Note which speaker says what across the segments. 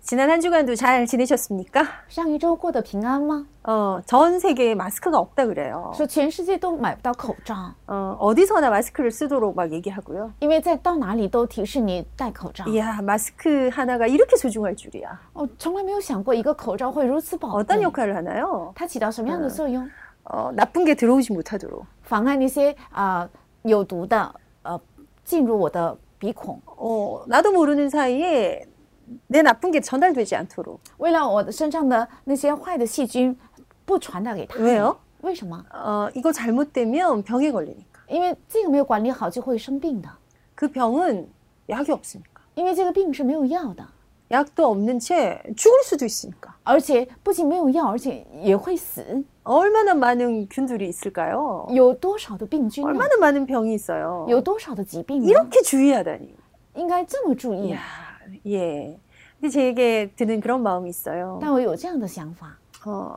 Speaker 1: 지난 한 주간도 잘 지내셨습니까?
Speaker 2: 上一周过得平安吗？
Speaker 1: 어, 전 세계에 마스크가 없다 그래요.
Speaker 2: 说全世界都买不到口罩，
Speaker 1: 어, 어디서나 마스크를 쓰도록 막 얘기하고요.
Speaker 2: 因为在到哪里都提示你戴口罩。
Speaker 1: 이야, 마스크 하나가 이렇게 소중할 줄이야.
Speaker 2: 我从来没有想过一个口罩会如此宝
Speaker 1: 어떤
Speaker 2: 贵，
Speaker 1: 역할을 하나요?
Speaker 2: 它起到什么样的作用？
Speaker 1: 어, 나쁜 게 들어오지 못하도록.
Speaker 2: 妨碍那些啊、有毒的呃进入我的鼻孔，
Speaker 1: 어, 나도 모르는 사이에 내 나쁜 게 전달되지 않도록.
Speaker 2: 为了我的身上的那些坏的细菌不传达给他
Speaker 1: 왜요
Speaker 2: 们。为什么？
Speaker 1: 어, 이거 잘못되면 병에 걸리니까.
Speaker 2: 因为这个没有管理好就会生病的，
Speaker 1: 그 병은 약이 없으니까.
Speaker 2: 因为这个病是没有药的，
Speaker 1: 약도 없는 채 죽을 수도 있으니까.
Speaker 2: 而且不仅没有药，而且也会死。
Speaker 1: 얼마나 많은 균들이 있을까요?
Speaker 2: 有多少的病菌呢？
Speaker 1: 얼마나 많은 병이 있어요.
Speaker 2: 有多少的疾病呢？
Speaker 1: 이렇게 주의하다니.
Speaker 2: 应该这么注意
Speaker 1: 야 。 예. 근데 제게 드는 그런 마음이 있어요.
Speaker 2: 但我有这样的想法，
Speaker 1: 어,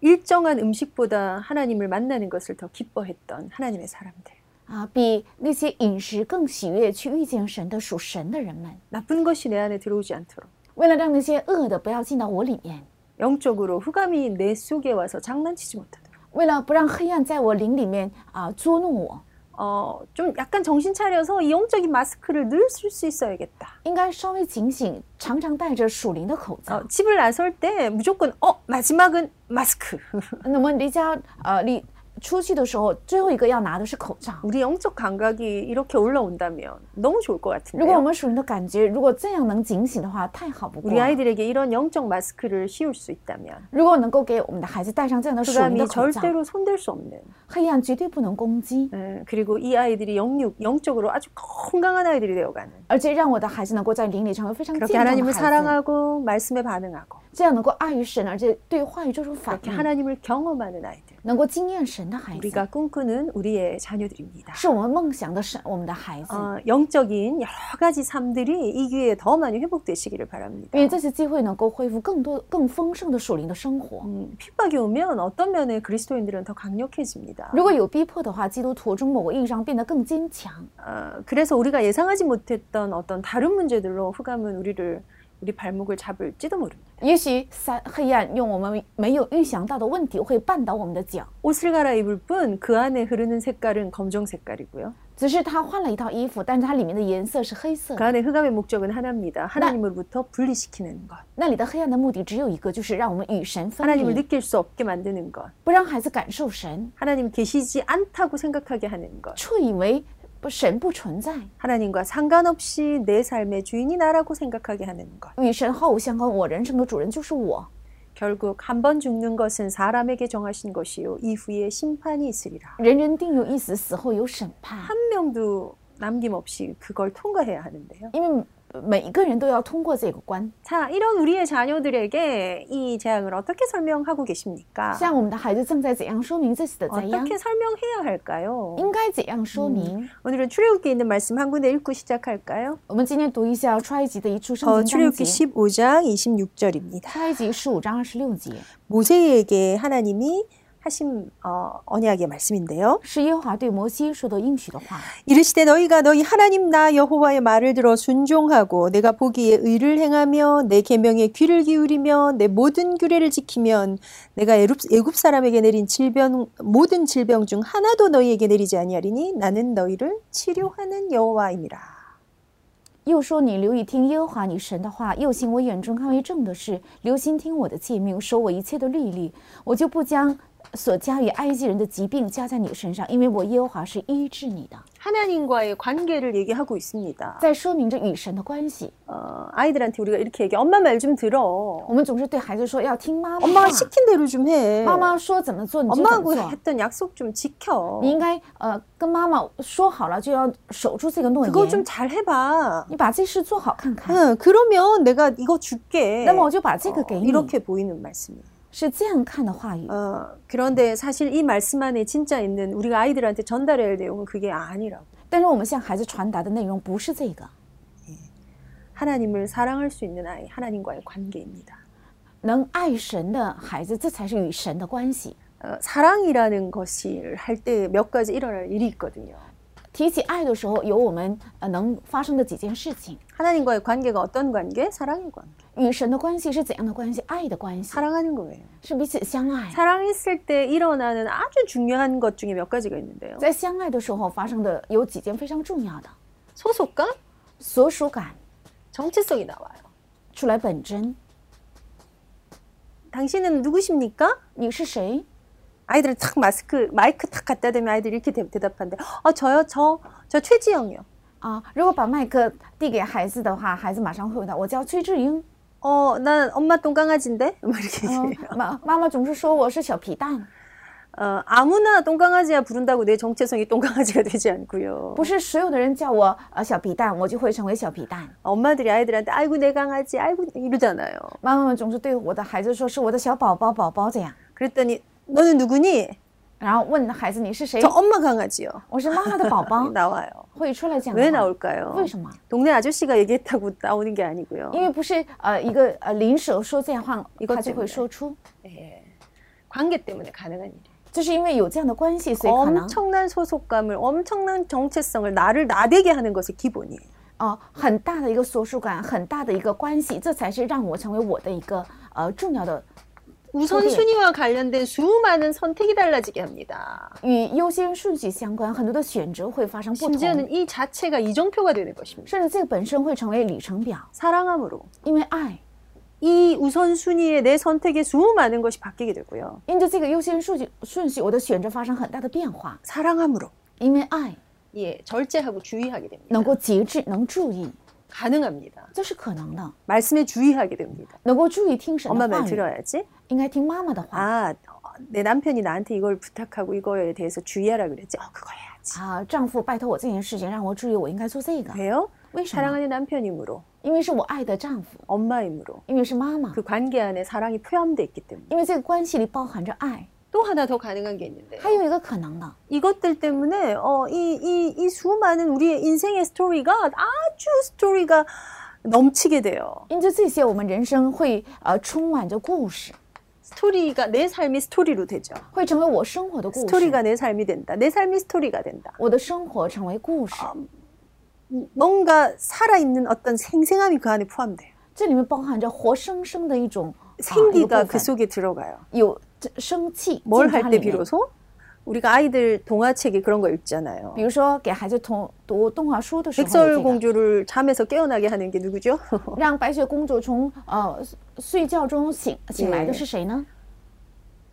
Speaker 1: 일정한 음식보다 하나님을 만나는 것을 더 기뻐했던 하나님의 사람들.
Speaker 2: 啊，比那些饮食更喜悦去遇见神的属神的人们，
Speaker 1: 나쁜 것이 내 안에 들어오지 않도록
Speaker 2: 为了让那些恶的不要进到我里面，
Speaker 1: 영적으로 흑암이 내 속에 와서 장난치지 못하도록.
Speaker 2: 为了不让黑暗在我灵里面啊捉弄我，
Speaker 1: 어, 좀 약간 정신 차려서 이 영적인 마스크를 늘 쓸 수 있어야겠다.
Speaker 2: 应该稍微警醒，常常戴着属灵的口罩
Speaker 1: 어, 。 집을 나설 때 무조건 어 마지막은 마스크.
Speaker 2: 那么离家呃离出去的时候，最后一个要拿的是口罩。
Speaker 1: 우리 영적 감각이 이렇게 올라온다면 너무 좋을 것
Speaker 2: 如果
Speaker 1: 같은데요.
Speaker 2: 我们属灵的感觉，如果这样能警醒的话，太好不过
Speaker 1: 우리
Speaker 2: 了。
Speaker 1: 아이들에게 이런 영적 마스크를 씌울 수 있다면
Speaker 2: 如果能够给我们的孩子戴上这样的属灵
Speaker 1: 흑암이
Speaker 2: 的口罩，
Speaker 1: 절대로 손댈 수 없는
Speaker 2: 黑暗绝对不能攻击，
Speaker 1: 예, 그리고 이 아이들이 영육, 영적으로 아주 건강한 아이들이 되어가는
Speaker 2: 而且让我的孩子能够在灵里成为非常健
Speaker 1: 그렇게
Speaker 2: 康的
Speaker 1: 하나님을
Speaker 2: 孩子。
Speaker 1: 사랑하고 말씀에 반응하고
Speaker 2: 这样能够爱与神，而且对话语做出反
Speaker 1: 그렇게
Speaker 2: 应，
Speaker 1: 하나님을 경험하는 아이들
Speaker 2: 能够惊艳神的孩子，
Speaker 1: 우리가 꿈꾸는 우리의 자녀들입니다
Speaker 2: 是我们梦想的神，我们的孩子。
Speaker 1: 어, 영적인 여러 가지 삶들이 이 기회에 더 많이 회복되시기를 바랍니다
Speaker 2: 因为这次机会能够恢复更多、更丰盛的属灵的生活。
Speaker 1: 음, 핍박이 오면 어떤 면에 그리스도인들은 더 강력해집니다
Speaker 2: 如果有逼迫的话，基督徒从某个意义上变得更坚强。
Speaker 1: 어, 그래서 우리가 예상하지 못했던 어떤 다른 문제들로 흑암은 우리를 우리 발목을 잡을지도 모릅니다
Speaker 2: 也许三黑暗用我们没有预想到的问题会绊倒我们的脚，
Speaker 1: 옷을 갈아입을 뿐 그 안에 흐르는 색깔은 검정 색깔이고요
Speaker 2: 只是他换了一套衣服，但是它里面的颜色是黑色
Speaker 1: 그
Speaker 2: 的。
Speaker 1: 안에 흑암의 목적은 하나입니다. 하나님으로부터 분리시키는 것.
Speaker 2: 那里的黑暗的目的只有一个，就是让我们与神分
Speaker 1: 하나님을
Speaker 2: 离，
Speaker 1: 느낄 수 없게 만드는 것.
Speaker 2: 不让孩子感受神，
Speaker 1: 하나님 계시지 않다고 생각하게 하는 것.
Speaker 2: 错以为不神不存在，
Speaker 1: 하나님과 상관없이 내 삶의 주인이 나라고 생각하게 하는 것.
Speaker 2: 与神毫无相关。我人生的主人就是我。
Speaker 1: 결국 한 번 죽는 것은 사람에게 정하신 것이요. 이후에 심판이 있으리라.
Speaker 2: 人人定有一死，死后有审判，
Speaker 1: 한 명도 남김없이 그걸 통과해야 하는데요.
Speaker 2: 因为每一个人都要通过这个关。
Speaker 1: 자, 이런 우리의 자녀들에게 이 재앙을 어떻게 설명하고 계십니까?
Speaker 2: 像我们的孩子正在怎样说明这次的灾殃，
Speaker 1: 어떻게 설명해야 할까요?
Speaker 2: 应该怎样说明？
Speaker 1: 오늘은 출애굽기에 있는 말씀 한 군데 읽고 시작할까요?
Speaker 2: 我们今天读一下出埃及的一处圣
Speaker 1: 어
Speaker 2: 经章
Speaker 1: 출애굽기
Speaker 2: 节，
Speaker 1: 15장 26절입니다.
Speaker 2: 出埃及十五章二十六节，
Speaker 1: 모세에게 하나님이 하신 어, 언약의 말씀인데요.
Speaker 2: 是耶和华对摩西说的应许的话。
Speaker 1: 이르시되 너희가 너희 하나님 나 여호와의 말을 들어 순종하고 내가 보기에 의를 행하며 내 계명에 귀를 기울이며 내 모든 규례를 지키면 내가 애굽, 애굽 사람에게 내린 질병 모든 질병 중 하나도 너희에게 내리지 아니하리니 나는 너희를 치료하는 여호와입니다.
Speaker 2: 又说：“你留意听耶和华你神的话，又行我眼中看为正的事，留心听我的诫命，守我一切的律例，我就不将所加于埃及人的疾病加在你身上，因为我耶和华是医治你的。”
Speaker 1: 하나님과의 관계를 얘기하고 있습니다.
Speaker 2: 在说明着与神的关系。
Speaker 1: 어, 아이들한테 우리가 이렇게 얘기 엄마 말 좀 들어.
Speaker 2: 我们总是对孩子说要听妈妈的话
Speaker 1: 엄마가 시킨 대로 좀 해.
Speaker 2: 妈妈说怎么做你就怎么
Speaker 1: 엄마하고
Speaker 2: 做，
Speaker 1: 했던 약속 좀 지켜.
Speaker 2: 你应该呃跟妈妈说好了就要守住这个诺
Speaker 1: 그거 좀
Speaker 2: 言，
Speaker 1: 잘 해봐.
Speaker 2: 你把这事做好看看，
Speaker 1: 응, 그러면 내가 이거 줄게.
Speaker 2: 那么我就把这个
Speaker 1: 어,
Speaker 2: 给你，
Speaker 1: 이렇게 보이는 말씀이에요.
Speaker 2: 是这样看的话语。
Speaker 1: 어, 그런데 사실 이 말씀 안에 진짜 있는 우리가 아이들한테 전달해야 할 내용은 그게 아니라고.
Speaker 2: 但是我们向孩子传达的内容不是这个，
Speaker 1: 하나님을 사랑할 수 있는 아이, 하나님과의 관계입니다.
Speaker 2: 能爱神的孩子，这才是与神的关系。
Speaker 1: 어, 사랑이라는 것을 할 때 몇 가지 일어날 일이 있거든요.
Speaker 2: 提起爱的时候，有我们呃能发生的几件事情。
Speaker 1: 하나님과의 관계가 어떤 관계? 사랑의 관계.
Speaker 2: 与神的关系是怎样的关系？爱的关系
Speaker 1: 사랑하는 거예요.
Speaker 2: 是彼此相爱，
Speaker 1: 사랑했을 때 일어나는 아주 중요한 것 중에 몇 가지가 있는데요.
Speaker 2: 在相爱的时候发生的有几件非常重要的
Speaker 1: 소속감,
Speaker 2: 所属感，
Speaker 1: 정체성이 나와요.
Speaker 2: 出来本真，
Speaker 1: 당신은 누구십니까?
Speaker 2: 你是谁？
Speaker 1: 아이들은 탁 마스크 마이크 탁 갖다 대면 아이들이 이렇게 대- 대답하는데 아 저요 저 저 최지영이요.
Speaker 2: 啊，如果把麦克递给孩子的话，孩子马上会回答：“我叫崔智英。
Speaker 1: 어, 난 엄마 똥강아지인데? 뭐 이렇게.
Speaker 2: 嗯
Speaker 1: 얘기해요.
Speaker 2: 妈妈妈总是说我是小皮蛋，
Speaker 1: 어, 아무나 똥강아지야 부른다고 내 정체성이 똥강아지가 되지 않고요.
Speaker 2: 不是所有的人叫我呃小皮蛋，我就会成为小皮蛋。
Speaker 1: 엄마들이 아이들한테 아이고 내 강아지 아이고 이러잖아요.
Speaker 2: 妈妈们总是对我的孩子说是我的小宝宝宝宝这样，
Speaker 1: 그랬더니 너는 누구니?
Speaker 2: 然后问孩子你是谁
Speaker 1: 저 ？ 엄마 강아지요.
Speaker 2: 我是妈妈的宝
Speaker 1: 어?
Speaker 2: 宝，
Speaker 1: 나와요.
Speaker 2: 会出来讲
Speaker 1: 왜
Speaker 2: 的话。
Speaker 1: 나올까요?
Speaker 2: 为什么？
Speaker 1: 동네 아저씨가 얘기했다고 나오는 게 아니고요.
Speaker 2: 因为不是呃一个呃邻舍说这样话
Speaker 1: 一，个
Speaker 2: 他就
Speaker 1: 姐妹
Speaker 2: 会说出，
Speaker 1: 관계 때문에 가능한 일이에요. 네,
Speaker 2: 就是因为有这样的关系，所以可能
Speaker 1: 엄청난 소속감을, 엄청난 정체성을 나를 나대게 하는 것이 기본이에요.
Speaker 2: 哦、很大的一个所属感，很大的一个关系，这才是让我成为我的一个呃重要的
Speaker 1: 우선순위와 관련된 수많은 선택이 달라지게 합니다.
Speaker 2: 与优先顺序相关，很多的选择会发生不同，
Speaker 1: 심지어는 이 자체가 이정표가 되는 것입니다.
Speaker 2: 甚至这个本身会成为里程表，
Speaker 1: 사랑함으로
Speaker 2: 因为爱，
Speaker 1: 이 우선순위에 내 선택의 수많은 것이 바뀌게 되고요.
Speaker 2: 因着这个优先顺序顺序，我的选择发生很大的变化，
Speaker 1: 사랑함으로
Speaker 2: 因为爱
Speaker 1: 예, 절제하고 주의하게 됩니다.
Speaker 2: 能够节制，能注意，
Speaker 1: 가능합니다.
Speaker 2: 这是可能的，
Speaker 1: 말씀에 주의하게 됩니다.
Speaker 2: 能够注意听神
Speaker 1: 엄마
Speaker 2: 的
Speaker 1: 말
Speaker 2: 话语，
Speaker 1: 들어야지.
Speaker 2: 应该听妈妈的话。
Speaker 1: 아, 어, 내 남편이 나한테 이걸 부탁하고 이거에 대해서 주의하라 그랬지. 어, 그거 해야지.
Speaker 2: 啊，丈夫拜托我这件事情，让我注意，我应该做这个。
Speaker 1: 아, 왜요?
Speaker 2: 为什么？
Speaker 1: 사랑하는 남편이므로,
Speaker 2: 因为是我爱的丈夫，
Speaker 1: 엄마이므로,
Speaker 2: 因为是妈妈，
Speaker 1: 그 관계 안에 사랑이 포함되어 있기 때문에.
Speaker 2: 因为这个关系里包含着爱。
Speaker 1: 또 하나 더 가능한 게 있는데.
Speaker 2: 还有一个可能的，
Speaker 1: 이것들 때문에 어, 이, 이, 이 수많은 우리의 인생의 스토리가 아주 스토리가 넘치게 돼요.
Speaker 2: 因着这些，我们人生会呃充满着故事，
Speaker 1: 스토리가 내 삶이 스토리로 되죠.
Speaker 2: 会成为我生活的故事。
Speaker 1: 스토리가 내 삶이 된다. 내 삶이 스토리가 된다.
Speaker 2: 我的生活成为故事，
Speaker 1: 뭔가 살아있는 어떤 생생함이 그 안에 포함돼요.
Speaker 2: 这里面包含着活生生的一种啊
Speaker 1: 생기가
Speaker 2: 一个部
Speaker 1: 그
Speaker 2: 分
Speaker 1: 속에 들어가요.
Speaker 2: 有这生气。
Speaker 1: 뭘
Speaker 2: 进
Speaker 1: 할
Speaker 2: 它
Speaker 1: 때
Speaker 2: 里面
Speaker 1: 비로소 우리가 아이들 동화책에 그런 거 읽잖아요.
Speaker 2: 比如说给孩子读读动画书的时候，这个
Speaker 1: 백설공주를 잠에서 깨어나게 하는 게 누구죠?
Speaker 2: 让白雪公主从呃睡睡觉中醒醒来的是谁呢？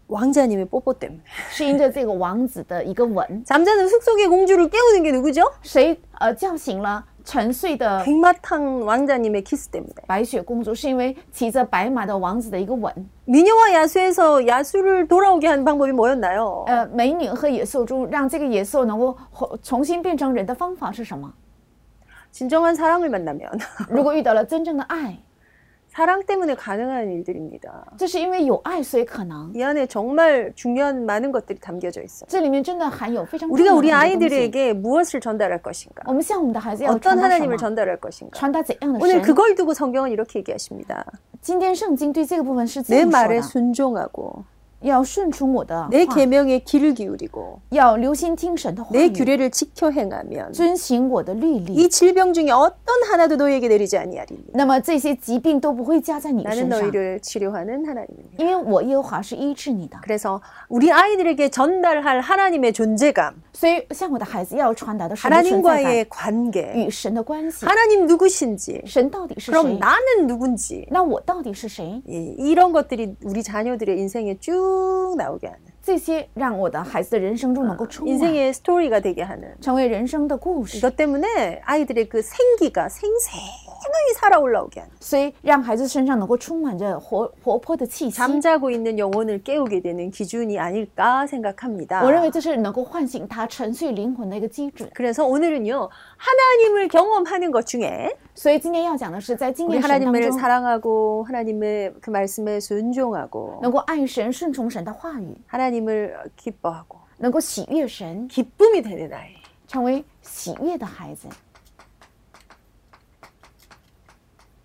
Speaker 1: 왕자님의 뽀뽀 때문에.
Speaker 2: 是因着这个王子的一个吻，
Speaker 1: 잠자는 숲속의 공주를 깨우는 게 누구죠?
Speaker 2: 谁呃叫醒了沉睡的
Speaker 1: 백마탕 왕자님의 키스 때문에.
Speaker 2: 白雪公主？是因为骑着白马的王子的一个吻。
Speaker 1: 미녀와 야수에서 야수를 돌아오게 한 방법이 뭐였나요?
Speaker 2: 呃，美女和野兽中让这个野兽能够回重新变成人的方法是什么？
Speaker 1: 진정한 사랑을 만나면
Speaker 2: 如果遇到了真正的爱，
Speaker 1: 사랑 때문에 가능한 일들입니다.
Speaker 2: 这是因为有爱所以可能。
Speaker 1: 이 안에 정말 중요한 많은 것들이 담겨져 있어요.
Speaker 2: 这里面真的含有非常
Speaker 1: 우리가
Speaker 2: 重
Speaker 1: 우리
Speaker 2: 要的很多东西
Speaker 1: 아이들에게 무엇을 전달할 것인가?
Speaker 2: 我们向我们的孩子要
Speaker 1: 어떤
Speaker 2: 传达什
Speaker 1: 하나님을
Speaker 2: 么？
Speaker 1: 전달할 것인가?
Speaker 2: 传达怎样的
Speaker 1: 오늘
Speaker 2: 神？
Speaker 1: 그걸 두고 성경은 이렇게 얘기하십니다.
Speaker 2: 今天圣经对这个部分是这
Speaker 1: 내
Speaker 2: 样说
Speaker 1: 말에
Speaker 2: 的：
Speaker 1: 순종하고
Speaker 2: 要顺从我的
Speaker 1: 내
Speaker 2: 话，
Speaker 1: 계명에 귀를 기울이고
Speaker 2: 要留心听神的话
Speaker 1: 내
Speaker 2: 语，
Speaker 1: 규례를 지켜 행하면
Speaker 2: 遵行我的律例。
Speaker 1: 이 질병 중에 어떤 하나도 너희에게 내리지 아니하리니
Speaker 2: 那么这些疾病都不会加在你
Speaker 1: 나는
Speaker 2: 身上，
Speaker 1: 너희를 치료하는 하나님이니
Speaker 2: 因为我耶和华是医治你的。
Speaker 1: 그래서 우리 아이들에게 전달할 하나님의 존재감,
Speaker 2: 所以，向我的孩子要传达的神的存在感
Speaker 1: 하나님과의 관계,
Speaker 2: 与神的关系，
Speaker 1: 하나님 누구신지,
Speaker 2: 神到底是
Speaker 1: 그럼
Speaker 2: 谁？
Speaker 1: 나는 누군지
Speaker 2: 那我到底是谁？
Speaker 1: 예, 이런 것들이 우리 자녀들의 인생에 쭉 나오게 하는
Speaker 2: 这些让我的孩子的人生中能够充满，
Speaker 1: 인생의 스토리가 되게 하는
Speaker 2: 成为人生的故事。
Speaker 1: 이것 때문에 아이들의 그 생기가 생생하게 살아 올라오게 하는
Speaker 2: 所以，让孩子身上能够充满着活活泼的气息。
Speaker 1: 잠자고 있는 영혼을 깨우게 되는 기준이 아닐까 생각합니다.
Speaker 2: 我认为这是能够唤醒他沉睡灵魂的一个基准。
Speaker 1: 그래서 오늘은요 하나님을 경험하는 것 중에
Speaker 2: 所以今天要讲的是，在今
Speaker 1: 우리
Speaker 2: 年神当
Speaker 1: 하나님을
Speaker 2: 中
Speaker 1: 사랑하고 하나님의 그 말씀에 순종하고
Speaker 2: 能够爱神、顺从神的话语，
Speaker 1: 하나님을 기뻐하고
Speaker 2: 能够喜悦神，
Speaker 1: 기쁨이 되는 아이
Speaker 2: 成为喜悦的孩子。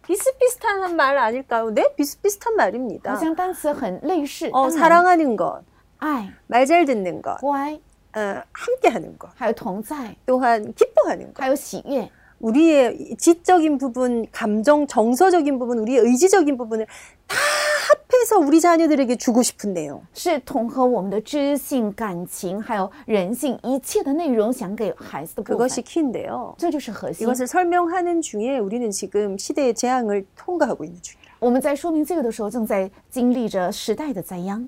Speaker 1: 비슷비슷한 말 아닐까요? 네 비슷비슷한
Speaker 2: 好
Speaker 1: 말입니다.
Speaker 2: 像单词很类似，
Speaker 1: 어,
Speaker 2: 当然
Speaker 1: 사랑하는 것,
Speaker 2: 爱、
Speaker 1: 말 잘 듣는 것,
Speaker 2: 乖、
Speaker 1: 어, 함께하는 것
Speaker 2: 还有同在，
Speaker 1: 또한 기뻐하는 것
Speaker 2: 还有喜悦。
Speaker 1: 우리의 지적인 부분, 감정, 정서적인 부분, 우리의 의지적인 부분을 다 합해서 우리 자녀들에게 주고 싶은데요.
Speaker 2: 是统合我们的知性、感情，还有人性一切的内容，想给孩子的部分，
Speaker 1: 그것이 키인데요.
Speaker 2: 这就是核心。
Speaker 1: 이것을 설명하는 중에 우리는 지금 시대의 재앙을 통과하고 있는 중이라.
Speaker 2: 我们在说明这个的时候，正在经历着时代的灾殃，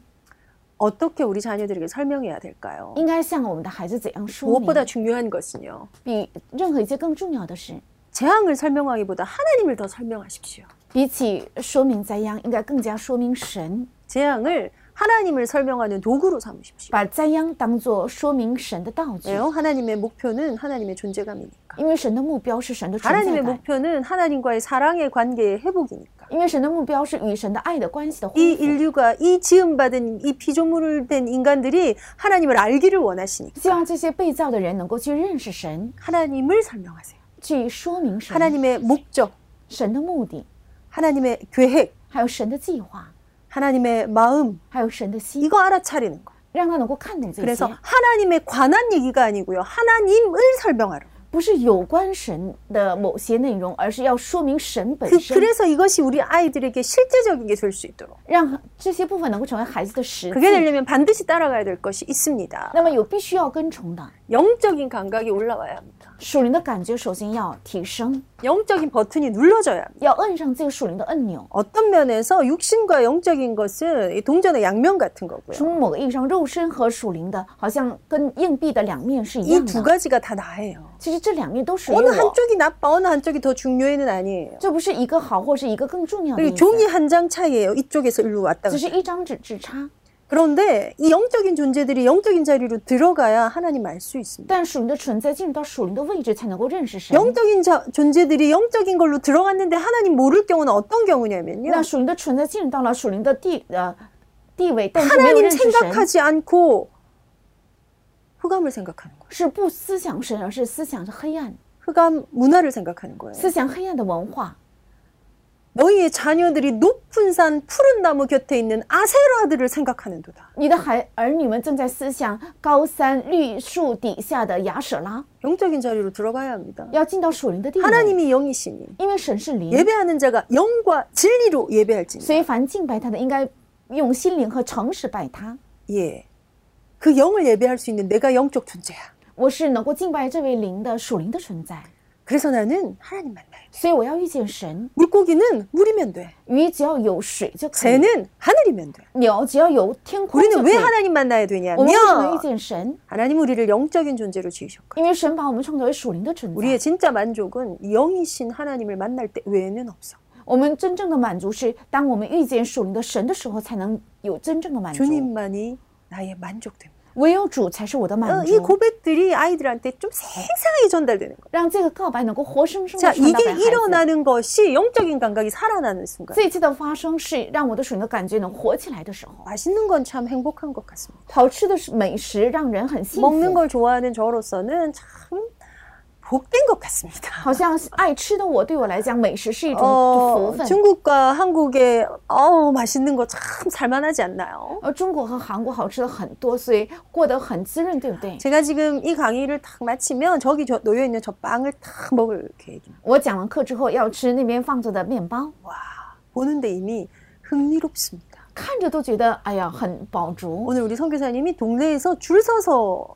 Speaker 1: 어떻게 우리 자녀들에게 설명해야 될까요?
Speaker 2: 应该向我们的孩子怎样说
Speaker 1: 무엇보다
Speaker 2: 明？
Speaker 1: 중요한 것은요.
Speaker 2: 比任何一件更重要的是，
Speaker 1: 재앙을 설명하기보다 하나님을 더 설명하십시오.
Speaker 2: 比起说明灾殃，应该更加说明神，
Speaker 1: 재앙을 하나님을 설명하는 도구로 삼으십시오.
Speaker 2: 把灾殃当做说明神的道具
Speaker 1: 왜요? ， 하나님의 목표는 하나님의 존재감이니까.
Speaker 2: 因为神的目标是神的存在
Speaker 1: 하나님의
Speaker 2: 感，
Speaker 1: 목표는 하나님과의 사랑의 관계의 회복이니까.
Speaker 2: 因为神的目标是与神的爱的关系的
Speaker 1: 이
Speaker 2: 恢复。
Speaker 1: 인류가 이 지음받은 이 피조물을 된 인간들이 하나님을 알기를 원하시니
Speaker 2: 希望这些被造的人能够去认识神，
Speaker 1: 하나님을 설명하세요.
Speaker 2: 去说明神、
Speaker 1: 하나님의 목적,
Speaker 2: 神的目的，
Speaker 1: 하나님의 계획,
Speaker 2: 还有神的计划，
Speaker 1: 하나님의 마음
Speaker 2: 还有神的心，
Speaker 1: 이거 알아차리는 거.
Speaker 2: 让他能够看懂这
Speaker 1: 그래서
Speaker 2: 些，
Speaker 1: 하나님에 관한 얘기가 아니고요. 하나님을 설명하라.
Speaker 2: 不是有关神的某些内容，而是要说明神本
Speaker 1: 그,
Speaker 2: 身，
Speaker 1: 그래서 이것이 우리 아이들에게 실제적인 게 될 수 있도록.
Speaker 2: 让这些部分能够成为孩子的实
Speaker 1: 그게
Speaker 2: 际。
Speaker 1: 되려면 반드시 따라가야 될 것이 있습니다.
Speaker 2: 那么有必须要跟从的，
Speaker 1: 영적인 감각이 올라와야 합니다.
Speaker 2: 属灵的感觉首先要提升，
Speaker 1: 영적인 버튼이 눌러져야 합니다.
Speaker 2: 要摁上这个属灵的按钮。
Speaker 1: 어떤 면에서 육신과 영적인 것은 이 동전의 양면 같은 거고요.
Speaker 2: 从某个意义上，肉身和属灵的，好像跟硬币的两面是一
Speaker 1: 이
Speaker 2: 样
Speaker 1: 두
Speaker 2: 的。
Speaker 1: 가지가 다 나예요.
Speaker 2: 其实这两面都属于
Speaker 1: 어느
Speaker 2: 我，
Speaker 1: 한쪽이 나빠, 어느 한쪽이 더 중요해는 아니에요.
Speaker 2: 这不是一个好或是一个更重要的意
Speaker 1: 그리고
Speaker 2: 思，
Speaker 1: 종이 한 장 차이예요. 이쪽에서 일로 왔다.
Speaker 2: 只
Speaker 1: 갔다.
Speaker 2: 是一张纸之差。
Speaker 1: 그런데 이 영적인 존재들이 영적인 자리로 들어가야 하나님 알 수 있습니다.
Speaker 2: 但属灵的存在进入到属灵的位置，才能够认识神。
Speaker 1: 영적인 자- 존재들이 영적인 걸로 들어갔는데 하나님 모를 경우는 어떤 경우냐면요.
Speaker 2: 那属灵的存在进入到了属灵的地呃地位，但是没有
Speaker 1: 하나님
Speaker 2: 认识神，
Speaker 1: 생각하지 않고 흑암을 생각하는 거예요.
Speaker 2: 是不思想神，而是思想着黑暗，
Speaker 1: 흑암 문화를 생각하는 거예요.
Speaker 2: 思想黑暗的文化。
Speaker 1: 너희의 자녀들이 높은 산 푸른 나무 곁에 있는 아세라들을 생각하는도다.
Speaker 2: 你的孩儿女们正在思想高山绿树底下的雅舍拉，
Speaker 1: 영적인 자리로 들어가야 합니다.
Speaker 2: 要进到属灵的地位，
Speaker 1: 하나님이 영이시니
Speaker 2: 因为神是灵，
Speaker 1: 예배하는 자가 영과 진리로 예배할지니
Speaker 2: 所以凡敬拜他的，应该用心灵和诚实拜他。
Speaker 1: 예. 그 영을 예배할 수 있는 내가 영적 존재야.
Speaker 2: 我是能够敬拜这位灵的属灵的存在，
Speaker 1: 그래서 나는 하나님 만나요.
Speaker 2: 所以我要遇见神。
Speaker 1: 물고기는 물이면 돼.
Speaker 2: 鱼只要有水就可以，
Speaker 1: 새는 하늘이면 돼.
Speaker 2: 鸟只要有天空就
Speaker 1: 우리는
Speaker 2: 可
Speaker 1: 왜
Speaker 2: 以。
Speaker 1: 하나님 만나야
Speaker 2: 我们为什么遇
Speaker 1: 되냐면
Speaker 2: 见神？
Speaker 1: 하나님 우리를 영적인 존재로 지으셨고
Speaker 2: 因为神把我们创造为属灵的存
Speaker 1: 우리의
Speaker 2: 在。
Speaker 1: 진짜 만족은 영이신 하나님을 만날 때 외에는 없어.
Speaker 2: 我们真正的满足是，当我们遇见属灵的神的时候，才能有真正的满足。
Speaker 1: 주님만이 나의 만족됨.
Speaker 2: 唯有主才是我的
Speaker 1: 어,
Speaker 2: 满
Speaker 1: 이
Speaker 2: 足。
Speaker 1: 고백들이 아이들한테 좀 세상에 전달되는 거야.
Speaker 2: 让这个告白能够活生生
Speaker 1: 자
Speaker 2: 的传达
Speaker 1: 이게
Speaker 2: 给孩子。
Speaker 1: 그렇죠. 일어나는 것이 영적인 감각이 살아나는 순간.
Speaker 2: 这一次的发生是让我的属灵的感觉能活起来的时候。
Speaker 1: 맛있는 건 참 행복한 것 같습니다.
Speaker 2: 好吃的美食让人很幸
Speaker 1: 먹는
Speaker 2: 福。
Speaker 1: 걸 좋아하는 저로서는 참 복된 것 같습니다.
Speaker 2: 好像爱吃的我对我来讲，美食是一种福
Speaker 1: 어,
Speaker 2: 分。
Speaker 1: 중국과 한국의 어 맛있는 거 참 잘만하지 않나요?
Speaker 2: 而中国和韩国好吃的很多，所以过得很滋润，对不对？
Speaker 1: 제가 지금 이 강의를 딱 마치면 저기 저 놓여 있는 저 빵을 딱 먹을 계획입니다.
Speaker 2: 我讲完课之后要吃那边放着的面包，
Speaker 1: 보는데 이미 흥미롭습니다.
Speaker 2: 看着都觉得哎呀很饱足。
Speaker 1: 오늘 우리 선교사님이 동네에서 줄 서서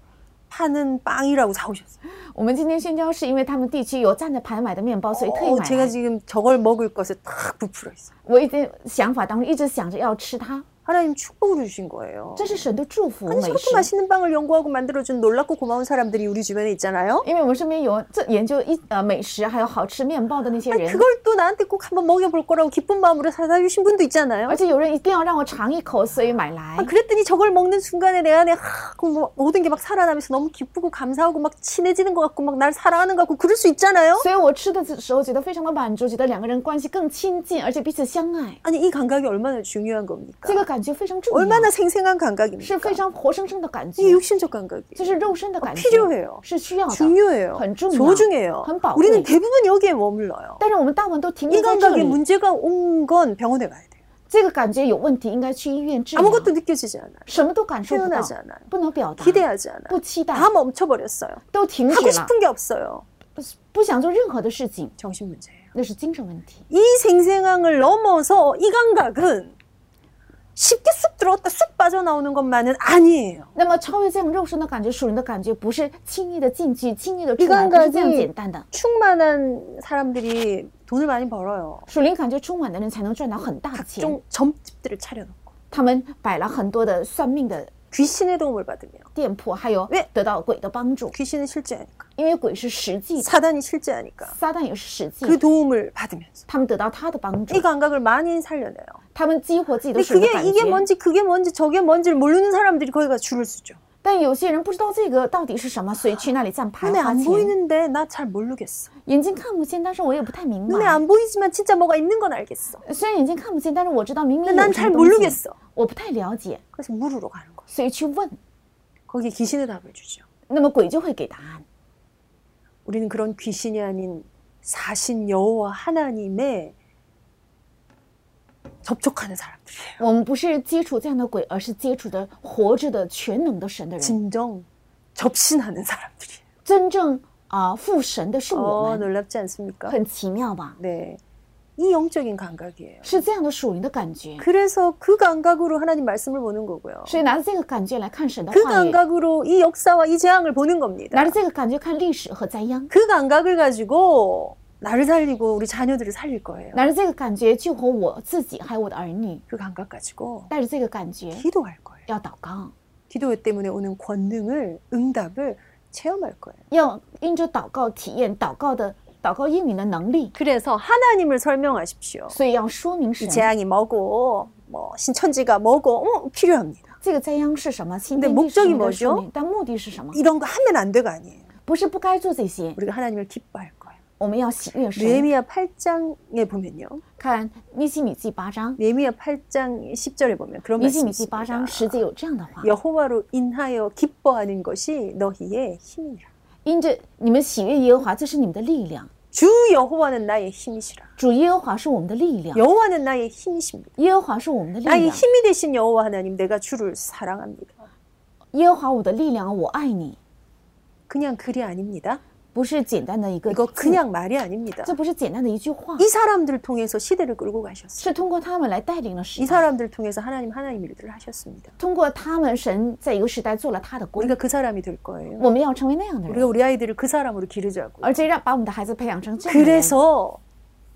Speaker 1: 파는 빵이라고 사오셨어요.
Speaker 2: 我们今天宣教是因为他们地区有站着排买的面包，所以特意
Speaker 1: 어,
Speaker 2: 买
Speaker 1: 제가
Speaker 2: 来。
Speaker 1: 지금 저걸 먹을 것에 딱 부풀어 있어요.
Speaker 2: 我一直想法当中一直想着要吃它，
Speaker 1: 하나님 축복을 주신 거예요.
Speaker 2: 这是神的祝福
Speaker 1: 아니
Speaker 2: 美
Speaker 1: 저렇게
Speaker 2: 食。
Speaker 1: 맛있는 빵을 연구하고 만들어준 놀랍고 고마운 사람들이 우리 주변에 있잖아요.
Speaker 2: 因为我们身边有这研究一呃美食还有好吃面包的那些
Speaker 1: 아니,
Speaker 2: 人，
Speaker 1: 그걸 또 나한테 꼭 한번 먹여볼 거라고 기쁜 마음으로 사다 주신 분도 있잖아요.
Speaker 2: 而且有人一定要让我尝一口，所以买来
Speaker 1: 아, 。 그랬더니 저걸 먹는 순간에 내 안에 하, 그 뭐- 모든 게 막 살아나면서 너무 기쁘고 감사하고 막 친해지는 것 같고 막 날 사랑하는 것 같고 그럴 수 있잖아요.
Speaker 2: 所以我吃的时候觉得非常的满足，觉得两个人关系更亲近，而且彼此相爱，
Speaker 1: 아니 이 감각이 얼마나 중요한
Speaker 2: 这
Speaker 1: 겁니까?
Speaker 2: 个感觉非常重要。
Speaker 1: 얼마나 생생한
Speaker 2: 是
Speaker 1: 감각입니까?
Speaker 2: 非常活生生的感觉
Speaker 1: 이 ， 육신적 감각이
Speaker 2: 就是肉身的感觉
Speaker 1: 필요해요 ，
Speaker 2: 是需要的。
Speaker 1: 중요해요.
Speaker 2: 한 중요-
Speaker 1: 소중해요.
Speaker 2: 한宝贵.
Speaker 1: 우리는 대부분 여기에 머물러요.
Speaker 2: 但是我们大部分都停
Speaker 1: 이
Speaker 2: 留在这
Speaker 1: 감각에
Speaker 2: 里，
Speaker 1: 문제가 온 건 병원에 가야 돼요.
Speaker 2: 这这个感觉有问题，应该去医院治疗。
Speaker 1: 아무것도 느껴지지 않아요.
Speaker 2: 什么都感受不到
Speaker 1: 표현하지 ， 않아요.
Speaker 2: 不能表达，
Speaker 1: 기대하지 않아요.
Speaker 2: 不期待，
Speaker 1: 다 멈춰버렸어요.
Speaker 2: 都停止
Speaker 1: 하고
Speaker 2: 了，
Speaker 1: 싶은 게 없어요.
Speaker 2: 不想做任何的事情，
Speaker 1: 정신 문제예요.
Speaker 2: 那是精神问题。
Speaker 1: 이 생생함을 넘어서 이 감각은 쉽게 쑥 들어왔다 쑥 빠져나오는 것만은 아니에요.
Speaker 2: 那么超越这样肉身的感觉、属灵的感觉，不是轻易的进去、轻易的出
Speaker 1: 你
Speaker 2: 来，
Speaker 1: 看
Speaker 2: 不
Speaker 1: 看
Speaker 2: 是这样
Speaker 1: 你
Speaker 2: 简单的。
Speaker 1: 충만한 사람들이 돈을 많이 벌어요.
Speaker 2: 属灵感觉充满的人才能赚到很大的钱。
Speaker 1: 각종 점집들을 차려놓고
Speaker 2: 他们摆了很多的算命的
Speaker 1: 귀신의 도움을 받으며
Speaker 2: 店铺，还有
Speaker 1: 왜
Speaker 2: 得到鬼的帮助，
Speaker 1: 귀신은 실제하니까
Speaker 2: 因为鬼是实际的，
Speaker 1: 사단이 실제하니까
Speaker 2: 撒旦也是实际的
Speaker 1: 그 。 도움을 받으면서
Speaker 2: 他们得到他的帮
Speaker 1: 이
Speaker 2: 助，
Speaker 1: 감각을 그렇죠. 많이 살려내요.
Speaker 2: 他们激活自己的
Speaker 1: 근데
Speaker 2: 属灵的
Speaker 1: 그게
Speaker 2: 感
Speaker 1: 이게
Speaker 2: 觉。
Speaker 1: 뭔지 그게 뭔지 저게 뭔지를 모르는 사람들이 거기 가 줄을 서죠.
Speaker 2: 但有些人不知道这个到底是什么，所以去那里占牌
Speaker 1: 눈에
Speaker 2: 花
Speaker 1: 안
Speaker 2: 钱。
Speaker 1: 보이는데 나 잘 모르겠어.
Speaker 2: 眼睛看不见，但是我也不太明
Speaker 1: 눈에
Speaker 2: 白。
Speaker 1: 안 보이지만 진짜 뭐가 있는 건 알겠어.
Speaker 2: 虽然眼睛看不见，但是我知道明明
Speaker 1: 근데
Speaker 2: 有
Speaker 1: 난
Speaker 2: 什
Speaker 1: 잘
Speaker 2: 么东西，
Speaker 1: 모르겠어.
Speaker 2: 我不太了解，
Speaker 1: 그래서 물으러 가는 거야.
Speaker 2: 所以去问，
Speaker 1: 거기에 귀신의 답을 주죠.
Speaker 2: 那么鬼就会给答案。
Speaker 1: 우리는 그런 귀신이 아닌 사신 여호와 하나님의 접촉하는 사람들이에요.
Speaker 2: 我们不是接触这样的鬼，而是接触的活着的全能的
Speaker 1: 네.
Speaker 2: 神的人，
Speaker 1: 진정 접신하는 사람들이에요.
Speaker 2: 真正啊、父神的是我
Speaker 1: 어,
Speaker 2: 们，
Speaker 1: 놀랍지 않습니까?
Speaker 2: 很奇妙吧？
Speaker 1: 네. 이 영적인 감각이에요.
Speaker 2: 是这样的属灵的感觉，
Speaker 1: 그래서 그 감각으로 하나님 말씀을 보는 거고요.
Speaker 2: 所以拿着这个感觉来看神的
Speaker 1: 그
Speaker 2: 话语，
Speaker 1: 감각으로 이 역사와 이 재앙을 보는
Speaker 2: 拿
Speaker 1: 겁니다.
Speaker 2: 着这个感觉看历史和灾殃，
Speaker 1: 그 감각을 가지고 나를 살리고 우리 자녀들을 살릴 거예요.
Speaker 2: 拿着这个感觉救活我自己还有我的儿女，
Speaker 1: 그 감각 가지고
Speaker 2: 带着这个感觉
Speaker 1: 기도할 거예요.
Speaker 2: 要祷告，
Speaker 1: 기도 때문에 오는 권능을 응답을 체험할 거예요.
Speaker 2: 要因着祷告体验祷告的祷告应允的能力，
Speaker 1: 그래서 하나님을 설명하십시오.
Speaker 2: 所以要说明
Speaker 1: 이
Speaker 2: 神
Speaker 1: 네. 재앙이 뭐고 뭐 신천지가 뭐고 어, 필요합니다.
Speaker 2: 这个灾殃是什么，新
Speaker 1: 근데
Speaker 2: 天地是什
Speaker 1: 목적이뭐죠
Speaker 2: 么属灵但目的是什么？
Speaker 1: 이런 거 하면 안 돼가 아니에요.
Speaker 2: 不是不该做这些，
Speaker 1: 우리가 하나님을 기뻐할 거예요.
Speaker 2: 我们要喜悦神。
Speaker 1: 느헤미야 8장에 보면요.
Speaker 2: 看《尼西米记》八章，《
Speaker 1: 느헤미야 8장 10절에 보면 그런
Speaker 2: 尼西
Speaker 1: 말씀이
Speaker 2: 米记》八章
Speaker 1: 있습니다.
Speaker 2: 十节有这样的话：
Speaker 1: 여호와로 인하여 기뻐하는 것이 너희의 힘이라.
Speaker 2: 因着你们喜悦耶和华，这是你们的力量。
Speaker 1: 주 여호와는 나의 힘이시라.
Speaker 2: 主耶和华是我们的力量，
Speaker 1: 여호와는 나의 힘이십니다.
Speaker 2: 耶和华是我们的力
Speaker 1: 나의 아.
Speaker 2: 量，
Speaker 1: 힘이 되신 여호와 하나님 내가 주를 사랑합니다.
Speaker 2: 耶和华我的力量，我爱你，
Speaker 1: 그냥 글이 아닙니다.
Speaker 2: 不是简单的一个
Speaker 1: 이거
Speaker 2: 字，
Speaker 1: 그냥 말이 아닙니다.
Speaker 2: 这不是简单的一句话，
Speaker 1: 이 사람들을 통해서 시대를 끌고 가셨어요.
Speaker 2: 是通过他们来带领了时
Speaker 1: 이
Speaker 2: 代，
Speaker 1: 사람들을 통해서 하나님 하나님 일들을 하셨습니다.
Speaker 2: 通过他们，神在一个时代做了他的工，
Speaker 1: 우리가 그 사람이 될 거예요.
Speaker 2: 我们要成为那样的
Speaker 1: 우리가
Speaker 2: 人，
Speaker 1: 우리 아이들을 그 사람으로 기르자고.
Speaker 2: 而且让把我们的孩子培养成这样的人。
Speaker 1: 그래서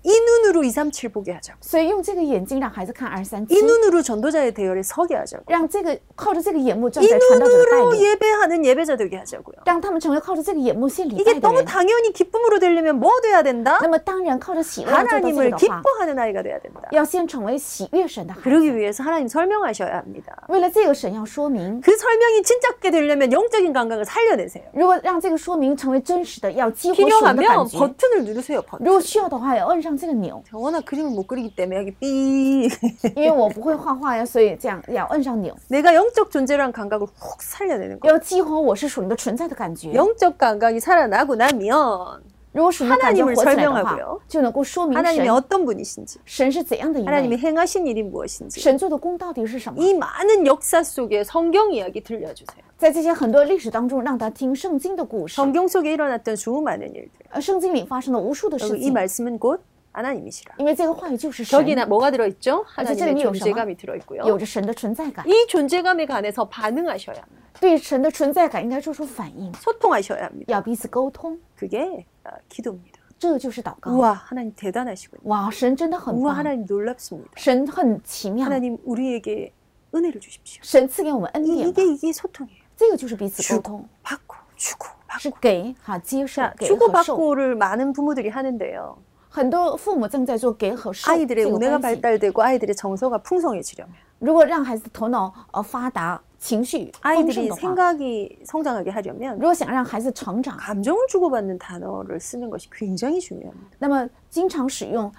Speaker 1: 이 눈으로 237 보게 하자고.
Speaker 2: 所以用这个眼睛让孩子看二三七
Speaker 1: 이 ， 눈으로 전도자의 대열에 서게 하자고.
Speaker 2: 让这个靠着这个眼目站
Speaker 1: 이
Speaker 2: 在传道者的带
Speaker 1: 눈으로
Speaker 2: 领，
Speaker 1: 예배하는 예배자 되게 하자고요.
Speaker 2: 让他们成为靠着这个眼目献礼拜
Speaker 1: 이게
Speaker 2: 的
Speaker 1: 너무
Speaker 2: 人。
Speaker 1: 당연히 기쁨으로 되려면 뭐 돼야 된다?
Speaker 2: 那么当然，靠着喜乐做到这个
Speaker 1: 하나님을
Speaker 2: 的话，
Speaker 1: 기뻐하는 아이가 돼야 된다.
Speaker 2: 要先成为喜悦神的孩子。
Speaker 1: 그러기 위해서 하나님 설명하셔야 합니다.
Speaker 2: 为了这个，神要说明。
Speaker 1: 그 설명이 진짜게 되려면 영적인 감각을 살려내세요.
Speaker 2: 如果让这个说明成为真实的，要激活属灵的感
Speaker 1: 필요하면
Speaker 2: 觉。
Speaker 1: 버튼을 누르세요. 버튼.
Speaker 2: 如果需要的话，要摁上这个钮，
Speaker 1: 제가 워낙 그림을 못 그리기 때문에 여기 삐
Speaker 2: 因为我不会画画呀，所以这样要摁上钮，
Speaker 1: 내가 영적 존재란 감각을 훅 살려내는 거예요.
Speaker 2: 要激活我是属灵的存在的感觉。
Speaker 1: 영적 감각이 살아나고 나면
Speaker 2: 如果属灵的感觉活起来的话
Speaker 1: 하나님을설명하고요 ，
Speaker 2: 就能够说明
Speaker 1: 하나님이
Speaker 2: 神
Speaker 1: 어떤 분이신지
Speaker 2: 神是怎样的一
Speaker 1: 하나님이
Speaker 2: 位，
Speaker 1: 행하신 일이 무엇인지
Speaker 2: 神做的功到底是什么。
Speaker 1: 이 많은 역사 속에 성경 이야기 들려주세요.
Speaker 2: 在这些很多历史当中，让他听圣经的故事，
Speaker 1: 성경 속에 일어났던 수많은 일들
Speaker 2: 呃，圣经里发生了无数的事
Speaker 1: 여기 이
Speaker 2: 情，
Speaker 1: 말씀은 곧 하나님이시라.
Speaker 2: 因为这个话语就是神，
Speaker 1: 저기나 뭐가 들어있죠? 하나님의
Speaker 2: 어쨌든
Speaker 1: 아, 존재감이 들어있고요.
Speaker 2: 有着神的存在感。
Speaker 1: 이 존재감에 관해서 반응하셔야 합니다.
Speaker 2: 对神的存在感应该做出反应，
Speaker 1: 소통하셔야 합니다.
Speaker 2: 要彼此沟通，
Speaker 1: 그게 아, 기도입니다.
Speaker 2: 这就是祷告。
Speaker 1: 우와 하나님 대단하시군요.
Speaker 2: 哇，神真的很
Speaker 1: 우와
Speaker 2: 棒，
Speaker 1: 하나님 놀랍습니다.
Speaker 2: 神很奇妙，
Speaker 1: 하나님 우리에게 은혜를 주십시오.
Speaker 2: 神赐给我们恩
Speaker 1: 이,
Speaker 2: 典吧，
Speaker 1: 이게 이게 소통이에요.
Speaker 2: 这个就是彼此沟通
Speaker 1: 주고 ， 받고 주고 받고.
Speaker 2: 是给哈接受
Speaker 1: 자,
Speaker 2: 给和受。
Speaker 1: 주고받고를 많은 부모들이 하는데요.
Speaker 2: 很多父母正在做给和受
Speaker 1: 아이들의
Speaker 2: 这个
Speaker 1: 운해가
Speaker 2: 关系。
Speaker 1: 발달되고 아이들의 정서가 풍성해지려면
Speaker 2: 如果让孩子头脑呃发达，情绪丰
Speaker 1: 아이들이
Speaker 2: 盛哎的话，
Speaker 1: 생각이 성장하게 하려면
Speaker 2: 如果想让孩子成长，
Speaker 1: 네. 감정을 주고받는 단어를 쓰는 것이 굉장히 중요합니다.
Speaker 2: 那么经常使用